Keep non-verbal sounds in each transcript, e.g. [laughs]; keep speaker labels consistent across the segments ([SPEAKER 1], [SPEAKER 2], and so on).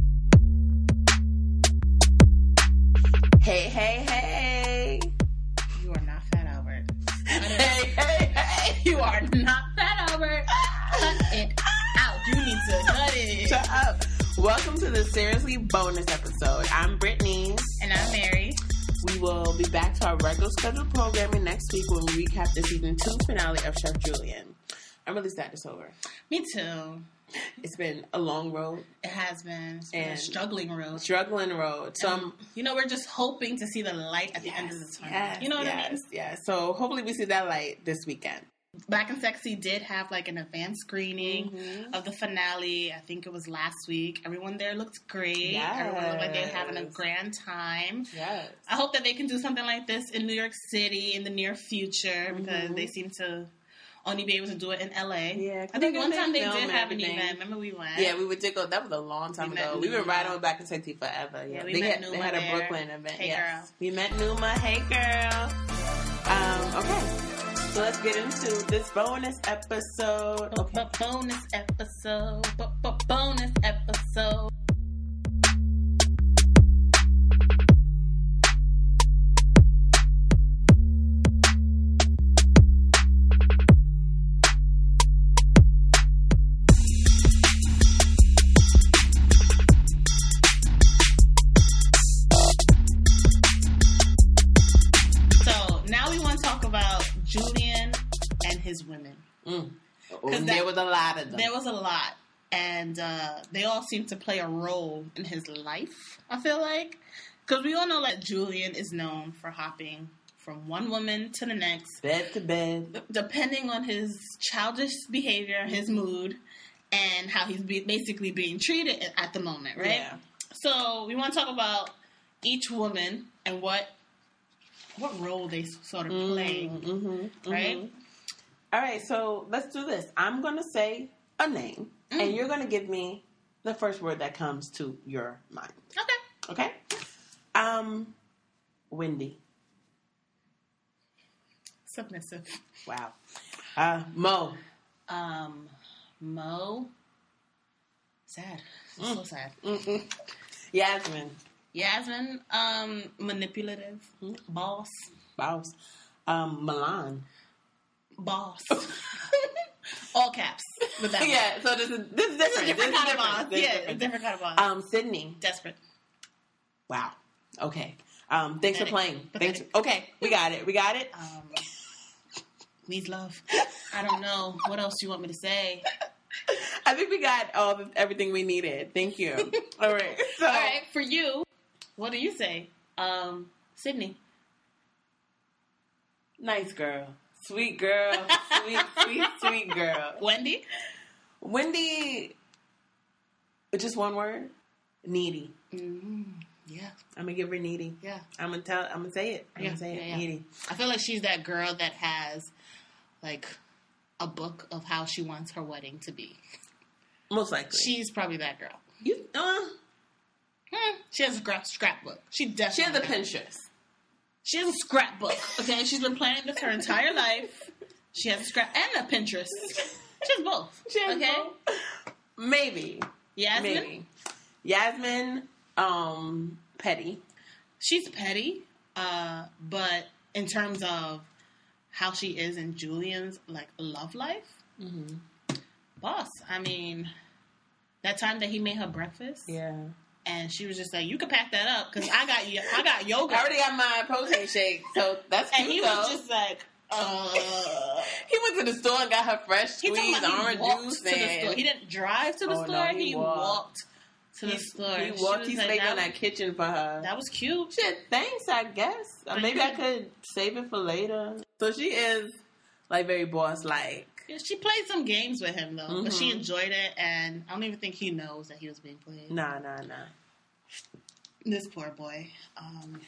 [SPEAKER 1] [laughs] Albert. Hey, hey, hey! You are not Fat Albert. Cut it out. You need to cut it.
[SPEAKER 2] Shut up. Welcome to the Seriously Bonus episode. I'm Brittany.
[SPEAKER 1] And I'm Mary.
[SPEAKER 2] We will be back to our regular scheduled programming next week when we recap the season two finale of Chef Julian. I'm really sad it's over.
[SPEAKER 1] Me too.
[SPEAKER 2] It's been a long road,
[SPEAKER 1] It has been, it's been a
[SPEAKER 2] And-
[SPEAKER 1] struggling road.
[SPEAKER 2] struggling road. So I'm
[SPEAKER 1] You know, we're just hoping to see the light at the end of the tunnel. you know what I mean?
[SPEAKER 2] Yeah. So hopefully we see that light this weekend.
[SPEAKER 1] Black and Sexy did have like an advanced screening
[SPEAKER 2] Mm-hmm.
[SPEAKER 1] of the finale. I think it was last week. Everyone there looked great. Everyone looked like they were having a
[SPEAKER 2] Yes.
[SPEAKER 1] grand time.
[SPEAKER 2] Yes.
[SPEAKER 1] I hope that they can do something like this in New York City in the near future because they seem to only be able to do it in LA.
[SPEAKER 2] Mm-hmm. Yeah, 'cause
[SPEAKER 1] I think
[SPEAKER 2] they
[SPEAKER 1] one
[SPEAKER 2] got
[SPEAKER 1] time they
[SPEAKER 2] their
[SPEAKER 1] did
[SPEAKER 2] film and
[SPEAKER 1] have an
[SPEAKER 2] everything.
[SPEAKER 1] event. Remember we went?
[SPEAKER 2] Yeah, we would did go. That was a long time
[SPEAKER 1] We met
[SPEAKER 2] ago. We've been
[SPEAKER 1] Numa.
[SPEAKER 2] riding with Black and Sexy forever. Yeah,
[SPEAKER 1] Yeah, we
[SPEAKER 2] they,
[SPEAKER 1] met
[SPEAKER 2] had, they
[SPEAKER 1] Numa
[SPEAKER 2] had a
[SPEAKER 1] there.
[SPEAKER 2] Brooklyn event.
[SPEAKER 1] Hey,
[SPEAKER 2] yes.
[SPEAKER 1] girl.
[SPEAKER 2] we met Numa. Hey, girl. Um, okay, so let's get into this bonus episode.
[SPEAKER 1] [laughs] B-
[SPEAKER 2] Okay.
[SPEAKER 1] b- bonus episode. B- b- bonus episode. So now we want to talk about Julian and his women.
[SPEAKER 2] Mm. Oh,
[SPEAKER 1] [laughs] 'Cause
[SPEAKER 2] there
[SPEAKER 1] that-
[SPEAKER 2] was a lot of them.
[SPEAKER 1] There was a lot, and uh, they all seem to play a role in his life. I feel like because we all know that Julian is known for hopping from one woman to the next,
[SPEAKER 2] bed to bed.
[SPEAKER 1] depending on his childish behavior, his mood, and how he's be- basically being treated at the moment, right?
[SPEAKER 2] Yeah.
[SPEAKER 1] So we want to talk about each woman and what what role they sort of play,
[SPEAKER 2] Mm-hmm.
[SPEAKER 1] right?
[SPEAKER 2] All right, so let's do this. I'm gonna say a name,
[SPEAKER 1] Mm.
[SPEAKER 2] and you're gonna give me the first word that comes to your mind.
[SPEAKER 1] Okay.
[SPEAKER 2] Okay. Um, Wendy.
[SPEAKER 1] Submissive.
[SPEAKER 2] Wow. Uh, Mo.
[SPEAKER 1] Um, Mo. Sad. So sad.
[SPEAKER 2] Mm-mm. Yasmin.
[SPEAKER 1] Yasmin. Um, manipulative. Boss.
[SPEAKER 2] Boss. Um, Milan.
[SPEAKER 1] Boss. Oh. [laughs] All caps. With [laughs] that
[SPEAKER 2] yeah. So this is this is different.
[SPEAKER 1] It's a different
[SPEAKER 2] This is
[SPEAKER 1] kind of boss.
[SPEAKER 2] This is
[SPEAKER 1] Yeah, it's a
[SPEAKER 2] different.
[SPEAKER 1] different kind of boss.
[SPEAKER 2] Um, Sydney.
[SPEAKER 1] Desperate.
[SPEAKER 2] Wow. Okay. Um, thanks for
[SPEAKER 1] Pathetic.
[SPEAKER 2] playing. Thanks.
[SPEAKER 1] Pathetic.
[SPEAKER 2] Okay, we got it. We got it.
[SPEAKER 1] [laughs] Um, needs [laughs] love. I don't know. What else do you want me to say?
[SPEAKER 2] I think we got all the, everything we needed. Thank
[SPEAKER 1] [laughs]
[SPEAKER 2] you. all right. So
[SPEAKER 1] All right, for you, what do you say? Um, Sydney.
[SPEAKER 2] nice girl, sweet girl, sweet, sweet, sweet girl.
[SPEAKER 1] Wendy.
[SPEAKER 2] Wendy, just one word, needy.
[SPEAKER 1] Mm, yeah.
[SPEAKER 2] I'm gonna give her needy.
[SPEAKER 1] Yeah.
[SPEAKER 2] I'm gonna tell. I'm gonna say it. I'm
[SPEAKER 1] Yeah,
[SPEAKER 2] gonna say it.
[SPEAKER 1] yeah, yeah.
[SPEAKER 2] Needy.
[SPEAKER 1] I feel like she's that girl that has like a book of how she wants her wedding to be.
[SPEAKER 2] Most likely.
[SPEAKER 1] She's probably that girl.
[SPEAKER 2] you, uh,
[SPEAKER 1] Hmm. She has a scrap scrapbook. She definitely
[SPEAKER 2] she has a Pinterest.
[SPEAKER 1] She has a scrapbook. Okay, she's been planning this her entire life. She has a scrap and a Pinterest. She has both.
[SPEAKER 2] She has
[SPEAKER 1] okay,
[SPEAKER 2] both. Maybe.
[SPEAKER 1] Yasmin.
[SPEAKER 2] Maybe. Yasmin. Um. Petty.
[SPEAKER 1] She's petty, uh, but in terms of how she is in Julian's like love life,
[SPEAKER 2] Mm-hmm.
[SPEAKER 1] boss. I mean, that time that he made her breakfast.
[SPEAKER 2] Yeah.
[SPEAKER 1] and she was just like, "You can pack that up because I got yo- I got yogurt."
[SPEAKER 2] I already got my protein shake, so that's cute
[SPEAKER 1] and he
[SPEAKER 2] though.
[SPEAKER 1] was just like, "Uh."
[SPEAKER 2] He went to the store and got her fresh
[SPEAKER 1] He talking
[SPEAKER 2] squeezed
[SPEAKER 1] about he
[SPEAKER 2] orange
[SPEAKER 1] walked
[SPEAKER 2] juice
[SPEAKER 1] to the store.
[SPEAKER 2] and
[SPEAKER 1] He didn't drive to the
[SPEAKER 2] Oh, no,
[SPEAKER 1] store. he,
[SPEAKER 2] he
[SPEAKER 1] walked.
[SPEAKER 2] walked.
[SPEAKER 1] to the store.
[SPEAKER 2] He
[SPEAKER 1] She
[SPEAKER 2] walked.
[SPEAKER 1] was
[SPEAKER 2] He
[SPEAKER 1] like,
[SPEAKER 2] stayed
[SPEAKER 1] that,
[SPEAKER 2] in that kitchen for her.
[SPEAKER 1] that was cute.
[SPEAKER 2] Shit, thanks. I guess Uh,
[SPEAKER 1] Thank
[SPEAKER 2] maybe I
[SPEAKER 1] you.
[SPEAKER 2] could save it for later. So she is like very boss like.
[SPEAKER 1] Yeah, She played some games with him though, but she
[SPEAKER 2] Mhm.
[SPEAKER 1] enjoyed it, and I don't even think he knows that he was being played.
[SPEAKER 2] Nah, nah, nah.
[SPEAKER 1] This poor boy. Um,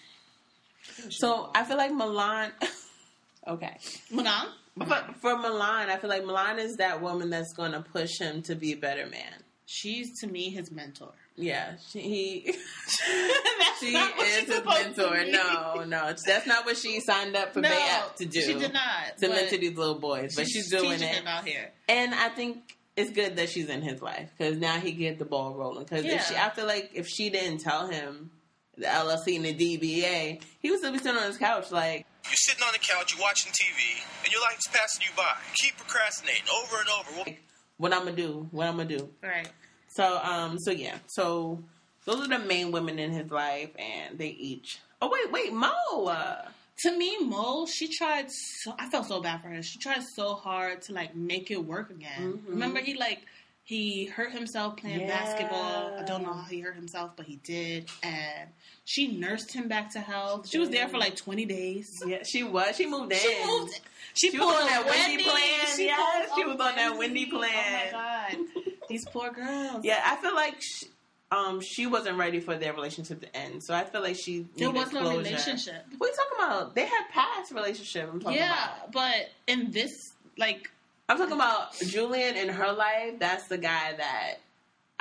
[SPEAKER 2] So I feel like Milan. [laughs] okay,
[SPEAKER 1] Manon.
[SPEAKER 2] but
[SPEAKER 1] Mm.
[SPEAKER 2] for Milan, I feel like Milan is that woman that's going to push him to be a better man.
[SPEAKER 1] She's to me his mentor. [laughs]
[SPEAKER 2] Yeah, she, he.
[SPEAKER 1] That's
[SPEAKER 2] She
[SPEAKER 1] not what
[SPEAKER 2] is
[SPEAKER 1] she's
[SPEAKER 2] his
[SPEAKER 1] supposed to
[SPEAKER 2] mentor.
[SPEAKER 1] be.
[SPEAKER 2] No, no, that's not what she signed up for
[SPEAKER 1] no,
[SPEAKER 2] Bayap to do.
[SPEAKER 1] She did not.
[SPEAKER 2] to
[SPEAKER 1] but
[SPEAKER 2] mentor these little boys, but she's, doing
[SPEAKER 1] teaching
[SPEAKER 2] it.
[SPEAKER 1] him out here.
[SPEAKER 2] And I think it's good that she's in his life because now he get the ball rolling. Because
[SPEAKER 1] Yeah.
[SPEAKER 2] if she, I feel like if she didn't tell him the LLC and the DBA, he would still be sitting on his couch like,
[SPEAKER 3] You're sitting on the couch, you're watching TV, and your life's passing you by. Keep procrastinating over and over. Well,
[SPEAKER 2] What I'm gonna do? What I'm gonna do?
[SPEAKER 1] Right.
[SPEAKER 2] So um so yeah. So those are the main women in his life and they each Oh wait, wait, Mo. Uh,
[SPEAKER 1] To me, Mo, she tried so I felt so bad for her. She tried so hard to like make it work again.
[SPEAKER 2] Mhm.
[SPEAKER 1] Remember he like he hurt himself playing
[SPEAKER 2] Yeah.
[SPEAKER 1] basketball. I don't know how he hurt himself, but he did. And she nursed him back to health. She was there for like twenty days.
[SPEAKER 2] yeah, she was. She moved in.
[SPEAKER 1] She moved. She,
[SPEAKER 2] She was
[SPEAKER 1] pulled
[SPEAKER 2] on that Wendy plan.
[SPEAKER 1] She
[SPEAKER 2] Yes,
[SPEAKER 1] pulled
[SPEAKER 2] she was on that Wendy plan.
[SPEAKER 1] Oh my
[SPEAKER 2] [laughs]
[SPEAKER 1] god, these poor girls.
[SPEAKER 2] Yeah, I feel like she, um she wasn't ready for their relationship to end. So I feel like she
[SPEAKER 1] there
[SPEAKER 2] needed
[SPEAKER 1] was no
[SPEAKER 2] closure.
[SPEAKER 1] relationship.
[SPEAKER 2] What are you talking about? They had past relationship. I'm talking
[SPEAKER 1] Yeah,
[SPEAKER 2] about.
[SPEAKER 1] but in this, like, [laughs]
[SPEAKER 2] I'm talking about Julian in her life. That's the guy that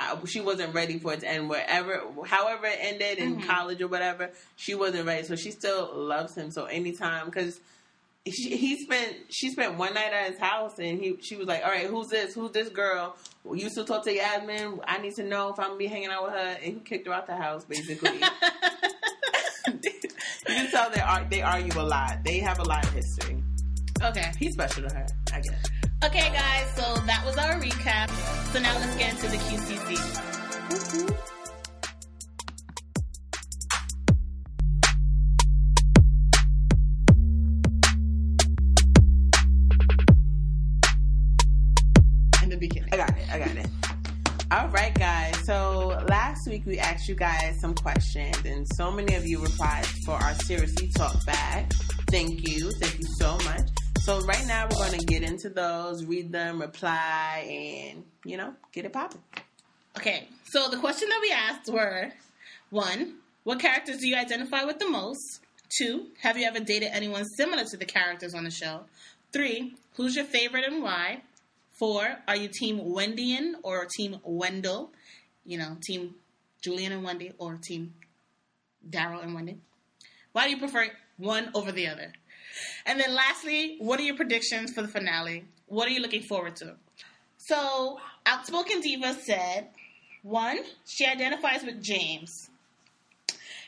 [SPEAKER 2] I, she wasn't ready for it to end. Wherever, however it ended in
[SPEAKER 1] Mhm.
[SPEAKER 2] college or whatever, she wasn't ready. So she still loves him. So anytime, because she, he spent she spent one night at his house, and he she was like, "All right, who's this? Who's this girl? Well, you still talk to your admin? I need to know if I'm gonna be hanging out with her." And he kicked her out the house, basically. you can tell they are they argue a lot. They have a lot of history.
[SPEAKER 1] okay.
[SPEAKER 2] He's special to her, I guess.
[SPEAKER 1] Okay, guys, so that was our recap. So now let's get into the QCC. In the beginning.
[SPEAKER 2] I got it. I got it. All right, guys. So last week we asked you guys some questions, and so many of you replied for our seriously talk back. Thank you. Thank you so much. So right now we're going to get into those, read them, reply, and you know, get it popping.
[SPEAKER 1] Okay, so the question that we asked were one, what characters do you identify with the most? Two, have you ever dated anyone similar to the characters on the show? Three, who's your favorite and why? Four, are you team Wendian or team Wendell? You know, team Julian and Wendy or team Daryl and Wendy? Why do you prefer one over the other? And then lastly, what are your predictions for the finale? What are you looking forward to? So, Outspoken Diva said, one, she identifies with James.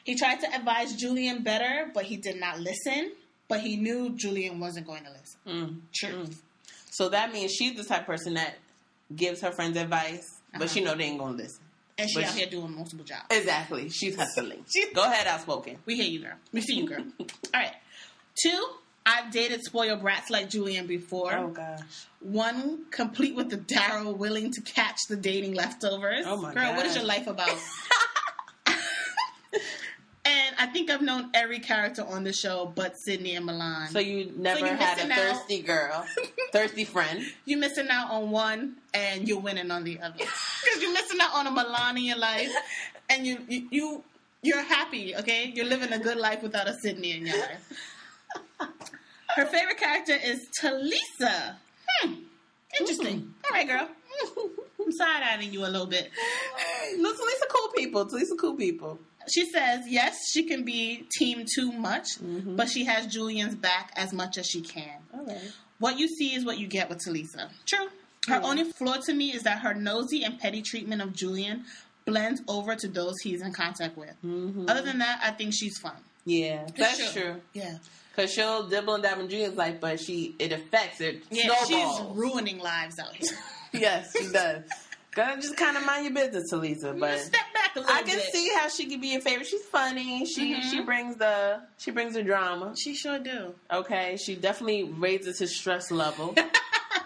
[SPEAKER 1] He tried to advise Julian better, but he did not listen. But he knew Julian wasn't going to listen.
[SPEAKER 2] Mm.
[SPEAKER 1] Truth.
[SPEAKER 2] So that means she's the type of person that gives her friends advice, but she know they ain't gonna listen.
[SPEAKER 1] And she
[SPEAKER 2] But
[SPEAKER 1] out
[SPEAKER 2] she-
[SPEAKER 1] here doing multiple jobs.
[SPEAKER 2] Exactly. She's hustling. Go ahead, outspoken.
[SPEAKER 1] We hear you, girl. We see you,
[SPEAKER 2] [laughs]
[SPEAKER 1] girl. All right. Two, I've dated spoiled brats like Julian before.
[SPEAKER 2] Oh, gosh.
[SPEAKER 1] One, complete with the Daryl willing to catch the dating leftovers.
[SPEAKER 2] Oh, my
[SPEAKER 1] Girl, what is
[SPEAKER 2] God.
[SPEAKER 1] your
[SPEAKER 2] [laughs]
[SPEAKER 1] life about? and I think I've known every character on the show but Sydney and Milan.
[SPEAKER 2] So you never
[SPEAKER 1] you're
[SPEAKER 2] had a
[SPEAKER 1] missing out.
[SPEAKER 2] thirsty girl, thirsty friend.
[SPEAKER 1] you're missing out on one and you're winning on the other because you're missing out on a Milan in your life, and you you. you you're happy, okay? You're living a good life without a Sydney in your life. Her favorite character is Talisa. Hmm. Interesting. All right, girl. I'm side-eyeing you a little bit.
[SPEAKER 2] Look, Talisa cool people. Talisa cool people.
[SPEAKER 1] She says, yes, she can be team too much, but she has Julian's back as much as she can.
[SPEAKER 2] All right.
[SPEAKER 1] What you see is what you get with Talisa. True. Her only flaw to me is that her nosy and petty treatment of Julian blends over to those he's in contact with. Other than that, I think she's fun.
[SPEAKER 2] Yeah, Mm-hmm. that's true.
[SPEAKER 1] Yeah.
[SPEAKER 2] Cause she'll dibble and dab in Julian's life, but she it affects it.
[SPEAKER 1] Yeah, she's
[SPEAKER 2] Snowballs.
[SPEAKER 1] ruining lives out here.
[SPEAKER 2] yes, she does. [laughs] Gotta just kind of mind your business, Talisa. But
[SPEAKER 1] Step back a little
[SPEAKER 2] I can
[SPEAKER 1] bit.
[SPEAKER 2] see how she could be your favorite. She's funny. She
[SPEAKER 1] Mhm.
[SPEAKER 2] she brings the she brings the drama.
[SPEAKER 1] She
[SPEAKER 2] [laughs]
[SPEAKER 1] sure do. [laughs]
[SPEAKER 2] Okay, she definitely raises his stress level.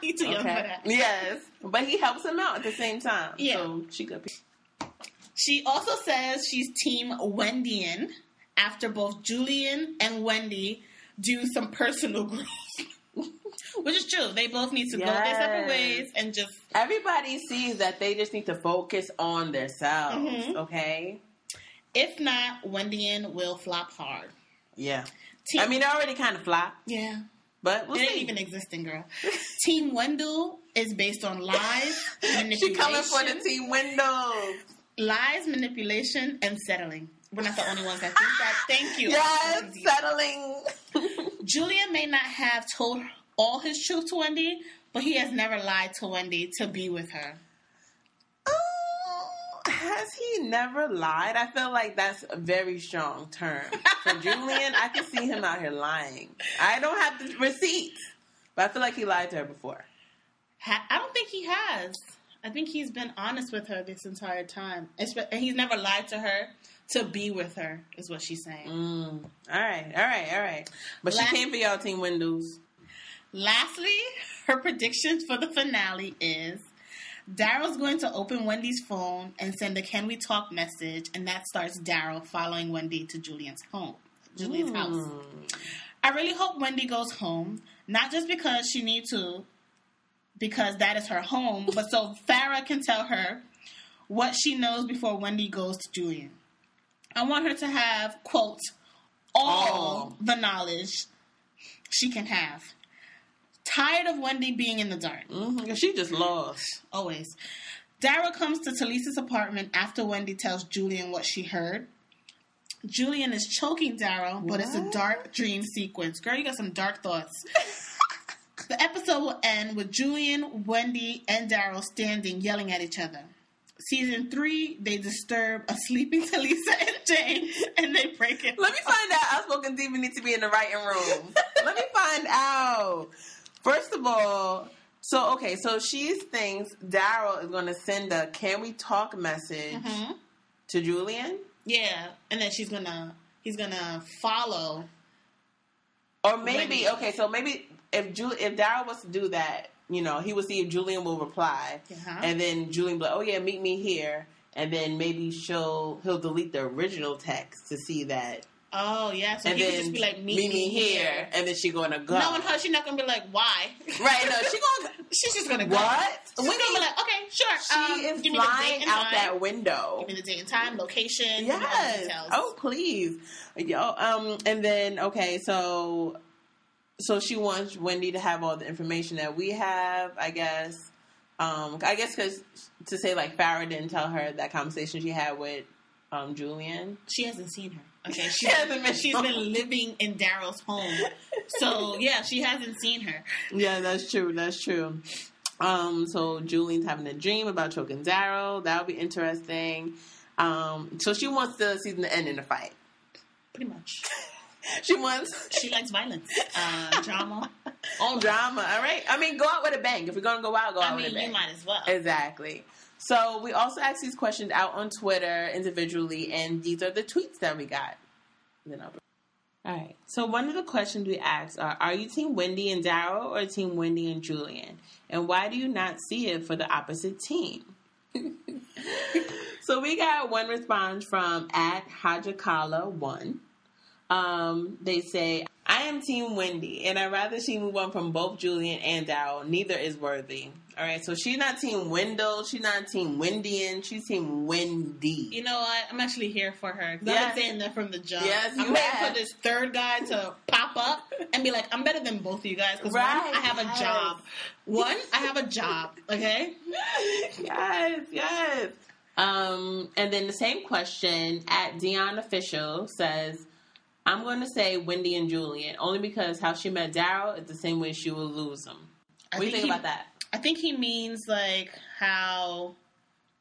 [SPEAKER 1] you too young for
[SPEAKER 2] Okay,
[SPEAKER 1] that.
[SPEAKER 2] yes, but he helps him out at the same time.
[SPEAKER 1] Yeah.
[SPEAKER 2] so she could. Be-
[SPEAKER 1] She also says she's Team Wendian after both Julian and Wendy do some personal [laughs] growth. Which is true. They both need to go their separate
[SPEAKER 2] Yes.
[SPEAKER 1] ways and just
[SPEAKER 2] Everybody sees that they just need to focus on themselves.
[SPEAKER 1] Mhm.
[SPEAKER 2] Okay.
[SPEAKER 1] If not, Wendian will flop hard.
[SPEAKER 2] Yeah.
[SPEAKER 1] Team,
[SPEAKER 2] I mean, they already kind of flop,
[SPEAKER 1] yeah,
[SPEAKER 2] but we'll
[SPEAKER 1] they
[SPEAKER 2] see. [laughs]
[SPEAKER 1] ain't even existing, girl. [laughs] Team Wendell is based on lies,
[SPEAKER 2] [laughs]
[SPEAKER 1] manipulation,
[SPEAKER 2] she coming for the team windows.
[SPEAKER 1] lies, manipulation, and settling. We're not the only ones that think that. Thank [laughs] you.
[SPEAKER 2] Yes,
[SPEAKER 1] [laughs]
[SPEAKER 2] settling.
[SPEAKER 1] Julia may not have told all his truth to Wendy, but he has never lied to Wendy to be with her.
[SPEAKER 2] Oh, has he never lied? I feel like that's a very strong term. For
[SPEAKER 1] [laughs]
[SPEAKER 2] Julian, I can see him out here lying. I don't have the receipts, but I feel like he lied to her before.
[SPEAKER 1] Ha- I don't think he has. I think he's been honest with her this entire time. Espe- And he's never lied to her to be with her, is what she's saying.
[SPEAKER 2] Mm. All right, all right, all right. But
[SPEAKER 1] Last-
[SPEAKER 2] she came for y'all, Team Windows.
[SPEAKER 1] Lastly, her prediction for the finale is Daryl's going to open Wendy's phone and send a can we talk message, and that starts Daryl following Wendy to Julian's home. Julian's house. I really hope Wendy goes home, not just because she needs to, because that is her home, but so Farah can tell her what she knows before Wendy goes to Julian. I want her to have, quote, all
[SPEAKER 2] All.
[SPEAKER 1] the knowledge she can have. Tired of Wendy being in the dark,
[SPEAKER 2] hmm She just lost.
[SPEAKER 1] always. Dara comes to Talisa's apartment after Wendy tells Julian what she heard. Julian is choking Daryl, but it's a
[SPEAKER 2] What?
[SPEAKER 1] dark dream sequence. Girl, you got some
[SPEAKER 2] [laughs]
[SPEAKER 1] dark thoughts. the episode will end with Julian, Wendy, and Daryl standing yelling at each other. Season three, they disturb a sleeping [laughs] Talisa and James, and they break it.
[SPEAKER 2] Let me find out. I spoke and Diva need to be in the writing room. Let me find out. First of all, so okay, so she thinks Daryl is going to send a "Can we talk?" message
[SPEAKER 1] Mhm.
[SPEAKER 2] to Julian,
[SPEAKER 1] Yeah, and then she's gonna he's gonna follow.
[SPEAKER 2] or maybe
[SPEAKER 1] Wendy.
[SPEAKER 2] okay, so maybe if Ju- if Daryl was to do that, you know, he would see if Julian will reply,
[SPEAKER 1] Uh-huh.
[SPEAKER 2] and then Julian be like, "Oh yeah, meet me here," and then maybe she'll he'll delete the original text to see that,
[SPEAKER 1] Oh yeah, so
[SPEAKER 2] and
[SPEAKER 1] he
[SPEAKER 2] then
[SPEAKER 1] could just be like, meet,
[SPEAKER 2] me, here. and then she going to go.
[SPEAKER 1] Knowing her, she's not gonna be like, why?
[SPEAKER 2] Right, no, she gonna
[SPEAKER 1] [laughs] she's just gonna go.
[SPEAKER 2] What?
[SPEAKER 1] She's gonna be like, okay, sure.
[SPEAKER 2] she
[SPEAKER 1] um,
[SPEAKER 2] is
[SPEAKER 1] give me the date
[SPEAKER 2] flying
[SPEAKER 1] and
[SPEAKER 2] out
[SPEAKER 1] time.
[SPEAKER 2] that window.
[SPEAKER 1] Give me the date and time, location, give me all the
[SPEAKER 2] Yes.
[SPEAKER 1] details.
[SPEAKER 2] Oh, please. Yo, um, and then okay, so so she wants Wendy to have all the information that we have, I guess. Um, I guess because to say like Farrah didn't tell her that conversation she had with um Julian.
[SPEAKER 1] She hasn't seen her.
[SPEAKER 2] [laughs]
[SPEAKER 1] Okay, she,
[SPEAKER 2] hasn't been
[SPEAKER 1] She's
[SPEAKER 2] home.
[SPEAKER 1] been living in Daryl's
[SPEAKER 2] [laughs]
[SPEAKER 1] home, so yeah, she hasn't seen her.
[SPEAKER 2] Yeah, that's true. That's true. Um, so Julian's having a dream about choking Daryl. That'll be interesting. Um, so she wants the season to end in a fight.
[SPEAKER 1] Pretty much,
[SPEAKER 2] She wants
[SPEAKER 1] she likes violence,
[SPEAKER 2] [laughs]
[SPEAKER 1] uh, drama.
[SPEAKER 2] on drama. All right. I mean, go out with a bang. If you're gonna go out, go out
[SPEAKER 1] I
[SPEAKER 2] with
[SPEAKER 1] mean,
[SPEAKER 2] a bang.
[SPEAKER 1] you might as well.
[SPEAKER 2] Exactly. So we also asked these questions out on Twitter individually, and these are the tweets that we got. Then I'll. All right. So one of the questions we asked are: Are you Team Wendy and Daryl or Team Wendy and Julian? And why do you not see it for the opposite team? so we got one response from at Hajakala one. Um, they say, I am Team Wendy, and I'd rather she move on from both Julian and Daryl. Neither is worthy. All right, so she's not Team Wendell. She's not Team Wendian. She's Team Wendy.
[SPEAKER 1] You know what? I'm actually here for her. 'cause I've
[SPEAKER 2] Yes.
[SPEAKER 1] been saying that from the jump.
[SPEAKER 2] Yes,
[SPEAKER 1] I'm
[SPEAKER 2] you
[SPEAKER 1] waiting
[SPEAKER 2] have.
[SPEAKER 1] for this third guy to pop up and be like, I'm better than both of you guys because
[SPEAKER 2] Right,
[SPEAKER 1] one, I have
[SPEAKER 2] yes.
[SPEAKER 1] a job. One, I have a job. Okay.
[SPEAKER 2] [laughs] yes, yes. Um, and then the same question at Dion Official says, I'm going to say Wendy and Julian only because how she met Daryl is the same way she will lose him.
[SPEAKER 1] I
[SPEAKER 2] What do you think
[SPEAKER 1] he,
[SPEAKER 2] about that?
[SPEAKER 1] I think he means like how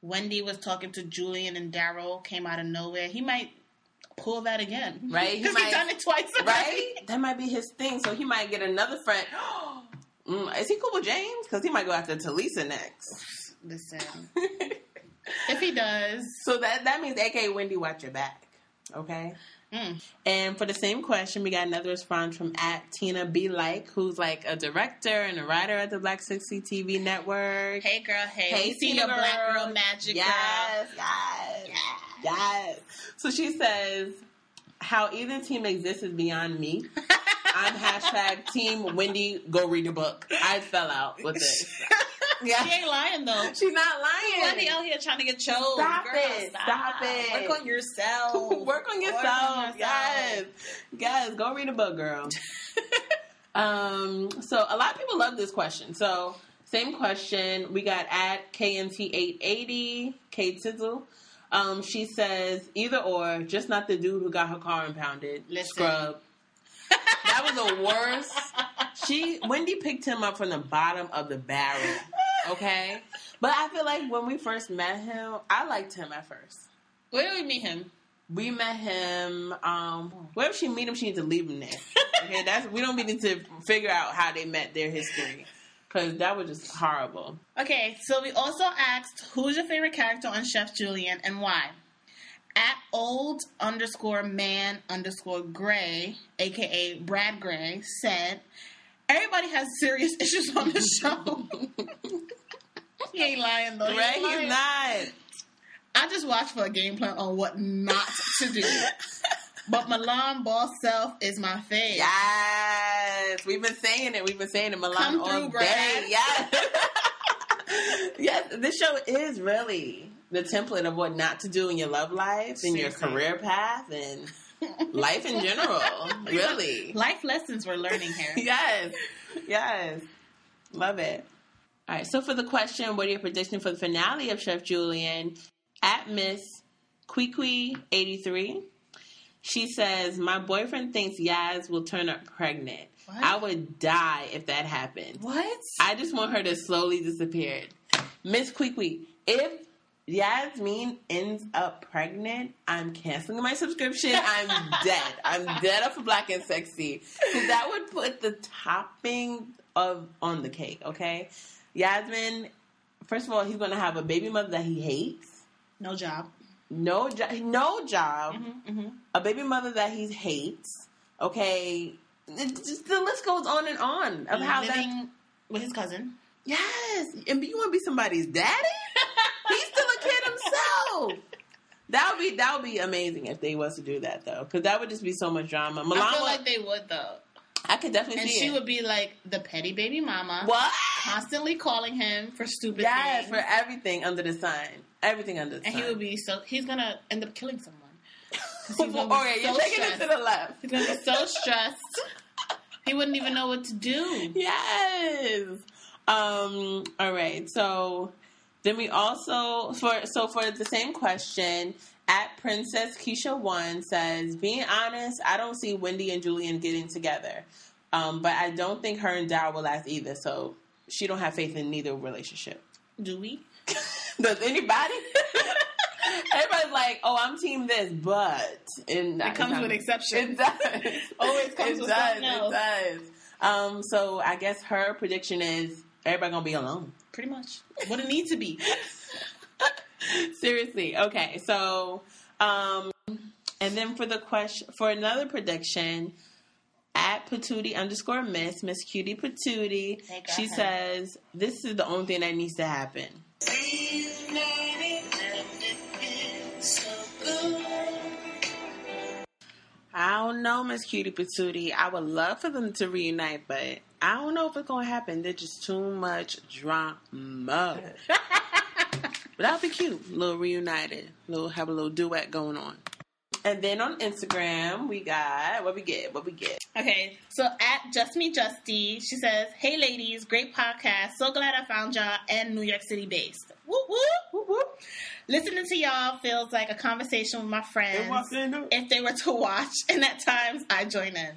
[SPEAKER 1] Wendy was talking to Julian and Daryl came out of nowhere. He might pull that again. [laughs]
[SPEAKER 2] Right, he
[SPEAKER 1] Because
[SPEAKER 2] might-
[SPEAKER 1] he's done it twice. already.
[SPEAKER 2] right? [laughs] That might be his thing. So he might get another friend. Mm, is he cool with James? Because he might go after Talisa next. [laughs]
[SPEAKER 1] Listen, if he does,
[SPEAKER 2] so that that means, AK Wendy, watch your back. Okay.
[SPEAKER 1] mm,
[SPEAKER 2] And for the same question, we got another response from at Tina B Like, who's like a director and a writer at the Black Sixty TV network.
[SPEAKER 1] hey girl, hey,
[SPEAKER 2] Hey,
[SPEAKER 1] we seen
[SPEAKER 2] Tina
[SPEAKER 1] your black
[SPEAKER 2] girl.
[SPEAKER 1] girl magic, girl.
[SPEAKER 2] yes, yes, yes. So she says, "How either team exists is beyond me." I'm hashtag Team Wendy. Go read the book. I fell out with this.
[SPEAKER 1] She ain't lying though.
[SPEAKER 2] she's not
[SPEAKER 1] Wendy
[SPEAKER 2] lying.
[SPEAKER 1] out here trying to get chose.
[SPEAKER 2] Stop
[SPEAKER 1] Girl,
[SPEAKER 2] it. Stop it.
[SPEAKER 1] Work on yourself.
[SPEAKER 2] [laughs] Work on yourself. yes, yes. Go read a book, girl. um. So a lot of people love this question. So same question we got at KMT880 K Tizzle. Um, she says either or, just not the dude who got her car impounded.
[SPEAKER 1] Listen.
[SPEAKER 2] Scrub. that was the worst. She Wendy picked him up from the bottom of the barrel. Okay, but I feel like when we first met him, I liked him at first.
[SPEAKER 1] Where did we meet him?
[SPEAKER 2] We met him.
[SPEAKER 1] Hmm.
[SPEAKER 2] Um, wherever she meet him, she needs to leave
[SPEAKER 1] [laughs]
[SPEAKER 2] him there. Okay, that's we don't need to figure out how they met their history because that was just horrible.
[SPEAKER 1] Okay, so we also asked who's your favorite character on Chef Julian and why. At old underscore man underscore gray, aka Brad Gray, said, Everybody has serious [laughs] issues on the show. [laughs] he ain't lying though.
[SPEAKER 2] Right?
[SPEAKER 1] He ain't
[SPEAKER 2] He's
[SPEAKER 1] lying.
[SPEAKER 2] not.
[SPEAKER 1] I just watched for a game plan on what not to
[SPEAKER 2] [laughs]
[SPEAKER 1] do. but Milan Ball Self is my fave.
[SPEAKER 2] Yes, we've been saying it. We've been saying it, Milan,
[SPEAKER 1] Come
[SPEAKER 2] all
[SPEAKER 1] through,
[SPEAKER 2] day.
[SPEAKER 1] Brad.
[SPEAKER 2] [laughs] Yes, yes. This show is really the template of what not to do in your love life, in your
[SPEAKER 1] Seriously.
[SPEAKER 2] career path, and life in
[SPEAKER 1] [laughs]
[SPEAKER 2] general. really,
[SPEAKER 1] Life lessons we're learning here.
[SPEAKER 2] [laughs] yes, yes, love it. All right. So for the question, what are your predictions for the finale of Chef Julian? At Miss Queequee eighty three, she says, "My boyfriend thinks Yaz will turn up pregnant.
[SPEAKER 1] What?
[SPEAKER 2] I would die if that happened.
[SPEAKER 1] What?
[SPEAKER 2] I just want her to slowly disappear." Miss Queequee, if Yasmin ends up pregnant, I'm canceling my subscription. I'm dead. I'm dead up for Black and Sexy. 'Cause that would put the topping of on the cake, okay? Yasmin, first of all, he's going to have a baby mother that he hates.
[SPEAKER 1] No job.
[SPEAKER 2] No, jo- no job.
[SPEAKER 1] hmm
[SPEAKER 2] A baby mother that he hates, okay? It- just- the list goes on and on of how that
[SPEAKER 1] Living with his cousin.
[SPEAKER 2] Yes, and you want to be somebody's daddy?
[SPEAKER 1] [laughs]
[SPEAKER 2] He's still a kid himself. That would be that would be amazing if they was to do that though, because that would just be so much drama. Milan,
[SPEAKER 1] I
[SPEAKER 2] I,
[SPEAKER 1] feel like they would though,
[SPEAKER 2] could definitely
[SPEAKER 1] and
[SPEAKER 2] see
[SPEAKER 1] she
[SPEAKER 2] it.
[SPEAKER 1] would be like the petty baby mama,
[SPEAKER 2] what?
[SPEAKER 1] constantly calling him for stupid
[SPEAKER 2] Yes,
[SPEAKER 1] things,
[SPEAKER 2] for everything under the sun, everything under the
[SPEAKER 1] and
[SPEAKER 2] sun.
[SPEAKER 1] he would be so he's gonna end up killing someone.
[SPEAKER 2] [laughs]
[SPEAKER 1] 'Cause he's gonna be
[SPEAKER 2] okay, you're
[SPEAKER 1] so
[SPEAKER 2] taking
[SPEAKER 1] stressed.
[SPEAKER 2] it to the left.
[SPEAKER 1] He's gonna be
[SPEAKER 2] [laughs]
[SPEAKER 1] so stressed. He wouldn't even know what to do.
[SPEAKER 2] Yes. Um, all right. So then we also for so for the same question at Princess Keisha One says, being honest, I don't see Wendy and Julian getting together, um, but I don't think her and Dow will last either. So she don't have faith in neither relationship.
[SPEAKER 1] Do we?
[SPEAKER 2] [laughs] Does anybody? Everybody's like, "Oh, I'm team this," but and
[SPEAKER 1] It comes with
[SPEAKER 2] It
[SPEAKER 1] exceptions.
[SPEAKER 2] does.
[SPEAKER 1] Always comes
[SPEAKER 2] it
[SPEAKER 1] with
[SPEAKER 2] does.
[SPEAKER 1] something else.
[SPEAKER 2] It does. Um, so I guess her prediction is everybody gonna be alone.
[SPEAKER 1] Pretty much. What it needs to be.
[SPEAKER 2] [laughs] Seriously. Okay. So, um, and then for the question for another prediction. At Patootie underscore Miss Miss Cutie Patootie,
[SPEAKER 1] They got
[SPEAKER 2] she
[SPEAKER 1] her.
[SPEAKER 2] says, "This is the only thing that needs to happen." I don't know, Miss Cutie Patootie. I would love for them to reunite, but I don't know if it's gonna happen. There's just too much drama. but that'd be cute. Little reunited. Little have a little duet going on. And then on Instagram, we got what we get, what we get.
[SPEAKER 1] Okay, so at Just Me Justy, she says, Hey ladies, great podcast. So glad I found y'all and New York City based. Whoop, whoop, whoop, whoop. Listening to y'all feels like a conversation with my friends if they were to watch, and at times I join in.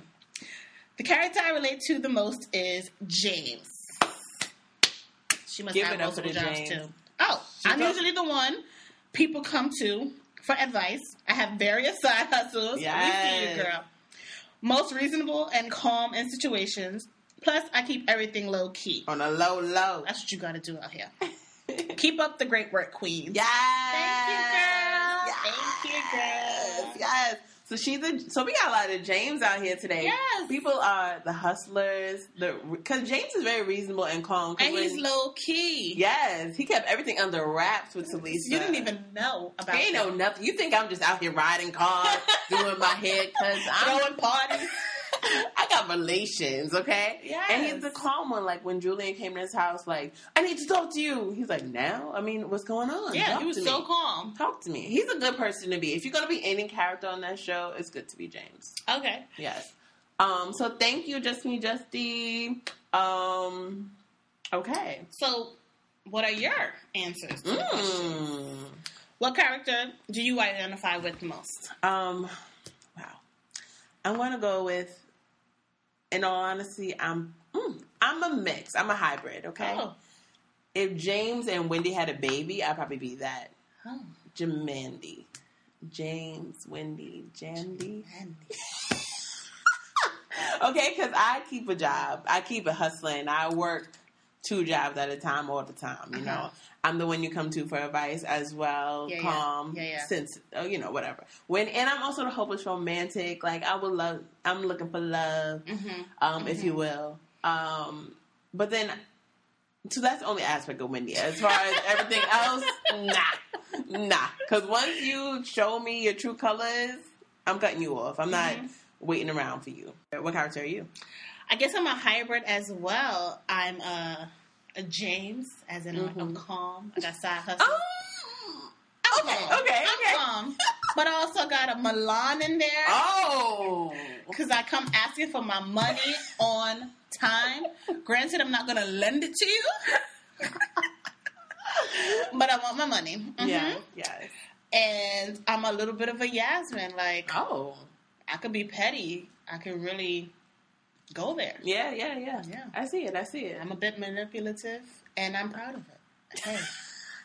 [SPEAKER 1] The character I relate to the most is James. She must
[SPEAKER 2] Give
[SPEAKER 1] have
[SPEAKER 2] it up for
[SPEAKER 1] multiple
[SPEAKER 2] the
[SPEAKER 1] jobs
[SPEAKER 2] James.
[SPEAKER 1] too. Oh,
[SPEAKER 2] She
[SPEAKER 1] I'm
[SPEAKER 2] does-
[SPEAKER 1] usually the one people come to for advice. I have various [laughs] side hustles. We see
[SPEAKER 2] Yes.
[SPEAKER 1] you, girl. Most reasonable and calm in situations. Plus, I keep everything low key.
[SPEAKER 2] On a low low.
[SPEAKER 1] That's what you got to do out here. [laughs] keep up the great work, queen.
[SPEAKER 2] Yes.
[SPEAKER 1] Thank you, girl.
[SPEAKER 2] Yes.
[SPEAKER 1] Thank you, girl.
[SPEAKER 2] Yes, yes. So she's a, so we got a lot of James out here today.
[SPEAKER 1] Yes.
[SPEAKER 2] people are the hustlers. The because James is very reasonable and calm. 'cause
[SPEAKER 1] And he's
[SPEAKER 2] when-
[SPEAKER 1] low key.
[SPEAKER 2] yes, he kept everything under wraps with Talisa.
[SPEAKER 1] You didn't even know about
[SPEAKER 2] He ain't know
[SPEAKER 1] that.
[SPEAKER 2] nothing. You think I'm just out here riding
[SPEAKER 1] [laughs]
[SPEAKER 2] cars, doing my head because I'm
[SPEAKER 1] throwing parties.
[SPEAKER 2] [laughs] I got relations, okay?
[SPEAKER 1] Yes.
[SPEAKER 2] And he's the calm one. Like when Julian came to his house, like I need to talk to you. He's like, now, I mean, what's going on?
[SPEAKER 1] Yeah,
[SPEAKER 2] Talk
[SPEAKER 1] he was
[SPEAKER 2] to
[SPEAKER 1] so
[SPEAKER 2] me.
[SPEAKER 1] calm.
[SPEAKER 2] Talk to me. He's a good person to be. If you're gonna be any character on that show, it's good to be James.
[SPEAKER 1] Okay.
[SPEAKER 2] Yes. Um, so thank you, Just Me Justy. Um, okay.
[SPEAKER 1] So, what are your answers? to the question?
[SPEAKER 2] Mm.
[SPEAKER 1] What character do you identify with most?
[SPEAKER 2] Um, wow. I'm gonna go with. In all honesty, I'm mm, I'm a mix. I'm a hybrid. Okay.
[SPEAKER 1] Oh,
[SPEAKER 2] If James and Wendy had a baby, I'd probably be that.
[SPEAKER 1] Oh,
[SPEAKER 2] Jamandy. James, Wendy, Jandy.
[SPEAKER 1] Andy.
[SPEAKER 2] Okay, because I keep a job. I keep it hustling. I work two jobs at a time all the time, you know.
[SPEAKER 1] Uh-huh.
[SPEAKER 2] I'm the one you come to for advice as well.
[SPEAKER 1] Yeah, yeah.
[SPEAKER 2] calm,
[SPEAKER 1] Yeah, yeah.
[SPEAKER 2] sense oh, you know, whatever. When and I'm also the hopeless romantic. Like I would love I'm looking for love,
[SPEAKER 1] Mm-hmm.
[SPEAKER 2] um, if you will. Um but then so that's the only aspect of Wendy. As far as
[SPEAKER 1] [laughs]
[SPEAKER 2] everything else, nah. Nah. Cause once you show me your true colors, I'm cutting you off. I'm not
[SPEAKER 1] Mhm.
[SPEAKER 2] waiting around for you. What character are you?
[SPEAKER 1] I guess I'm a hybrid as well. I'm a, a James, as in I'm-
[SPEAKER 2] Mm-hmm.
[SPEAKER 1] I'm calm. I got side hustle. I'm
[SPEAKER 2] Oh, okay,
[SPEAKER 1] calm.
[SPEAKER 2] okay,
[SPEAKER 1] Oh, I'm
[SPEAKER 2] okay.
[SPEAKER 1] calm. But I also got a Milan in there.
[SPEAKER 2] Oh.
[SPEAKER 1] Because I come asking for my money on time. Granted, I'm not going to lend it to you, [laughs] but I want my money. Mhm.
[SPEAKER 2] Yeah. Yes.
[SPEAKER 1] And I'm a little bit of a Yasmin. Like,
[SPEAKER 2] Oh.
[SPEAKER 1] I could be petty. I could really go there.
[SPEAKER 2] Yeah, yeah, yeah.
[SPEAKER 1] Yeah.
[SPEAKER 2] I see it. I see it.
[SPEAKER 1] I'm a bit manipulative, and I'm proud of it.
[SPEAKER 2] [laughs]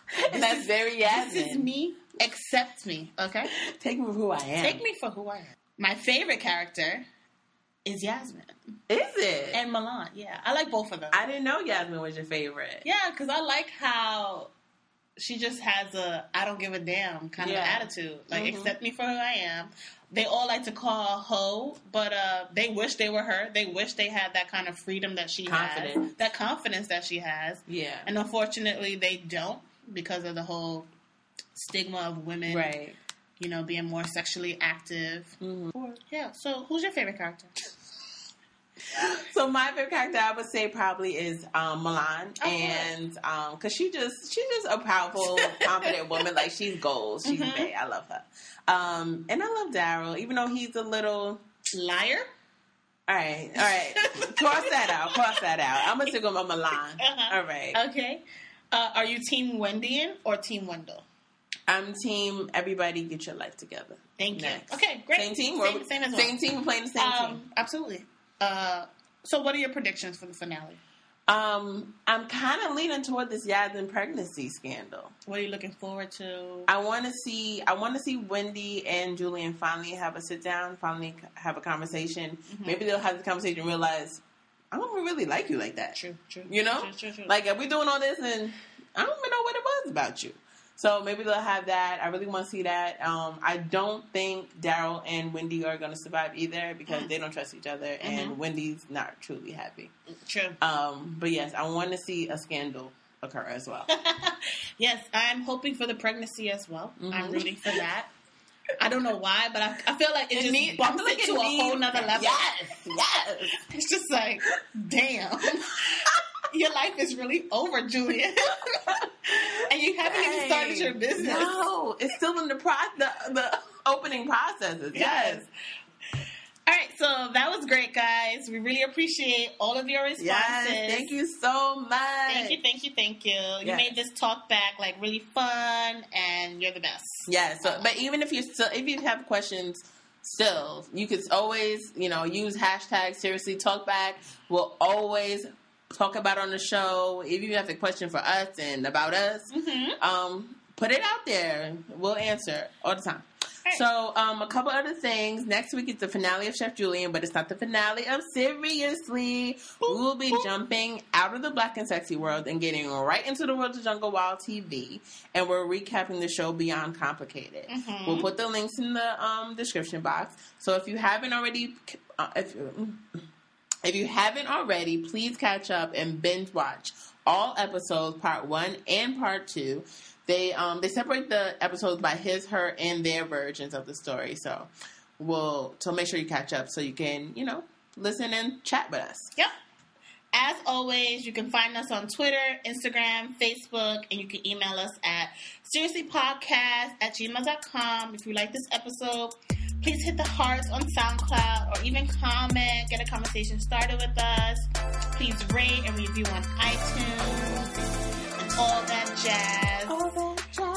[SPEAKER 1] Hey,
[SPEAKER 2] and that's very
[SPEAKER 1] this
[SPEAKER 2] Yasmin.
[SPEAKER 1] is me. Accept me, okay?
[SPEAKER 2] Take me for who I am.
[SPEAKER 1] Take me for who I am. My favorite character is Yasmin
[SPEAKER 2] Is it?
[SPEAKER 1] and Milan. Yeah, I like both of them.
[SPEAKER 2] I didn't know Yasmin was your favorite.
[SPEAKER 1] Yeah, because I like how she just has a I don't give a damn kind
[SPEAKER 2] Yeah.
[SPEAKER 1] of attitude. Like,
[SPEAKER 2] Mhm.
[SPEAKER 1] accept me for who I am. They all like to call her hoe, but uh, they wish they were her. They wish they had that kind of freedom that she has,
[SPEAKER 2] Confidence.
[SPEAKER 1] that confidence that she has.
[SPEAKER 2] Yeah.
[SPEAKER 1] And unfortunately, they don't because of the whole stigma of women,
[SPEAKER 2] right.
[SPEAKER 1] you know, being more sexually active.
[SPEAKER 2] Mhm.
[SPEAKER 1] Yeah. So, who's your favorite character?
[SPEAKER 2] So my favorite character, I would say, probably is um, Milan,
[SPEAKER 1] Oh,
[SPEAKER 2] and um, cause she just she's just a
[SPEAKER 1] [laughs]
[SPEAKER 2] powerful, confident woman. Like she's gold, she's
[SPEAKER 1] Mhm.
[SPEAKER 2] bae. I love her, um, and I love Daryl, even though he's a little.
[SPEAKER 1] Liar.
[SPEAKER 2] All right, all
[SPEAKER 1] [laughs]
[SPEAKER 2] right, cross that out, cross that out. I'm gonna stick with my Milan.
[SPEAKER 1] Uh-huh.
[SPEAKER 2] All right,
[SPEAKER 1] Okay. Uh, are you Team Wendian or Team Wendell?
[SPEAKER 2] I'm Um, team. Everybody, get your life together.
[SPEAKER 1] Thank you.
[SPEAKER 2] Next.
[SPEAKER 1] Okay, great.
[SPEAKER 2] Same team,
[SPEAKER 1] Same,
[SPEAKER 2] we're-
[SPEAKER 1] same as well.
[SPEAKER 2] same team. We're playing the same team.
[SPEAKER 1] Um, absolutely. Uh, so, what are your predictions for the finale?
[SPEAKER 2] Um, I'm kind of leaning toward this Yasmin pregnancy scandal.
[SPEAKER 1] What are you looking forward to?
[SPEAKER 2] I want to see. I want to see Wendy and Julian finally have a sit down, finally c- have a conversation.
[SPEAKER 1] Mm-hmm.
[SPEAKER 2] Maybe they'll have the conversation and realize I don't really like you like that.
[SPEAKER 1] True, true.
[SPEAKER 2] You know,
[SPEAKER 1] true, true, true.
[SPEAKER 2] like if we doing all this and I don't even know what it was about you. So maybe they'll have that. I really want to see that. Um, I don't think Daryl and Wendy are going to survive either because
[SPEAKER 1] Mm.
[SPEAKER 2] they don't trust each other, and
[SPEAKER 1] Mm-hmm.
[SPEAKER 2] Wendy's not truly happy.
[SPEAKER 1] true. [laughs]
[SPEAKER 2] Um, but yes, I want to see a scandal occur as well.
[SPEAKER 1] yes, I'm hoping for the pregnancy as well. I'm
[SPEAKER 2] Mhm.
[SPEAKER 1] rooting for that. I don't know why, but I, I feel like [laughs] it, just
[SPEAKER 2] need-
[SPEAKER 1] bumps
[SPEAKER 2] I feel like
[SPEAKER 1] it to a
[SPEAKER 2] needs-
[SPEAKER 1] whole nother level.
[SPEAKER 2] Yes, yes.
[SPEAKER 1] It's just like, damn, [laughs] your life is really over, Julia, and you haven't even started
[SPEAKER 2] Dang.
[SPEAKER 1] your business.
[SPEAKER 2] No, it's still in the pro the, the opening processes. Yes.
[SPEAKER 1] Yes. [laughs] All right, so that was great, guys. We really appreciate all of your responses.
[SPEAKER 2] Yes. Thank you so much.
[SPEAKER 1] Thank you, thank you, thank you. You
[SPEAKER 2] Yes.
[SPEAKER 1] made this talk back like really fun, and you're the best.
[SPEAKER 2] Yes. So, but even if you still if you have questions still, you could always, you know, use hashtag seriously talk back. We'll always talk about it on the show. If you have a question for us and about us,
[SPEAKER 1] Mm-hmm.
[SPEAKER 2] um, put it out there. We'll answer all the time.
[SPEAKER 1] Right.
[SPEAKER 2] So, um, a couple other things. Next week is the finale of Chef Julian, but it's not the finale of Seriously. we will be
[SPEAKER 1] boop.
[SPEAKER 2] jumping out of the black and sexy world and getting right into the world of Jungle Wild TV, and we're recapping the show Beyond Complicated.
[SPEAKER 1] Mhm.
[SPEAKER 2] We'll put the links in the um, description box. So if you haven't already, uh, if if you haven't already, please catch up and binge watch all episodes, part one and part two. They um they separate the episodes by his, her, and their versions of the story. So we'll so make sure you catch up so you can, you know, listen and chat with us.
[SPEAKER 1] Yep. As always, you can find us on Twitter, Instagram, Facebook, and you can email us at seriouslypodcast at gmail.com. If you like this episode, please hit the hearts on SoundCloud or even comment, get a conversation started with us. Please rate and review on iTunes and all that jazz.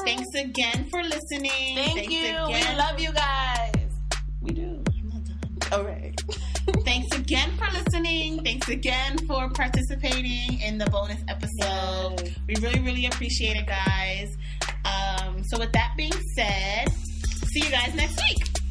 [SPEAKER 1] Thanks again for listening.
[SPEAKER 2] Thank
[SPEAKER 1] Thanks
[SPEAKER 2] you.
[SPEAKER 1] Again.
[SPEAKER 2] We love you guys. We do.
[SPEAKER 1] I'm not done.
[SPEAKER 2] All right.
[SPEAKER 1] [laughs] Thanks again for listening. Thanks again for participating in the bonus episode.
[SPEAKER 2] Yes.
[SPEAKER 1] We really, really appreciate it, guys. Um, so, with that being said, see you guys next week.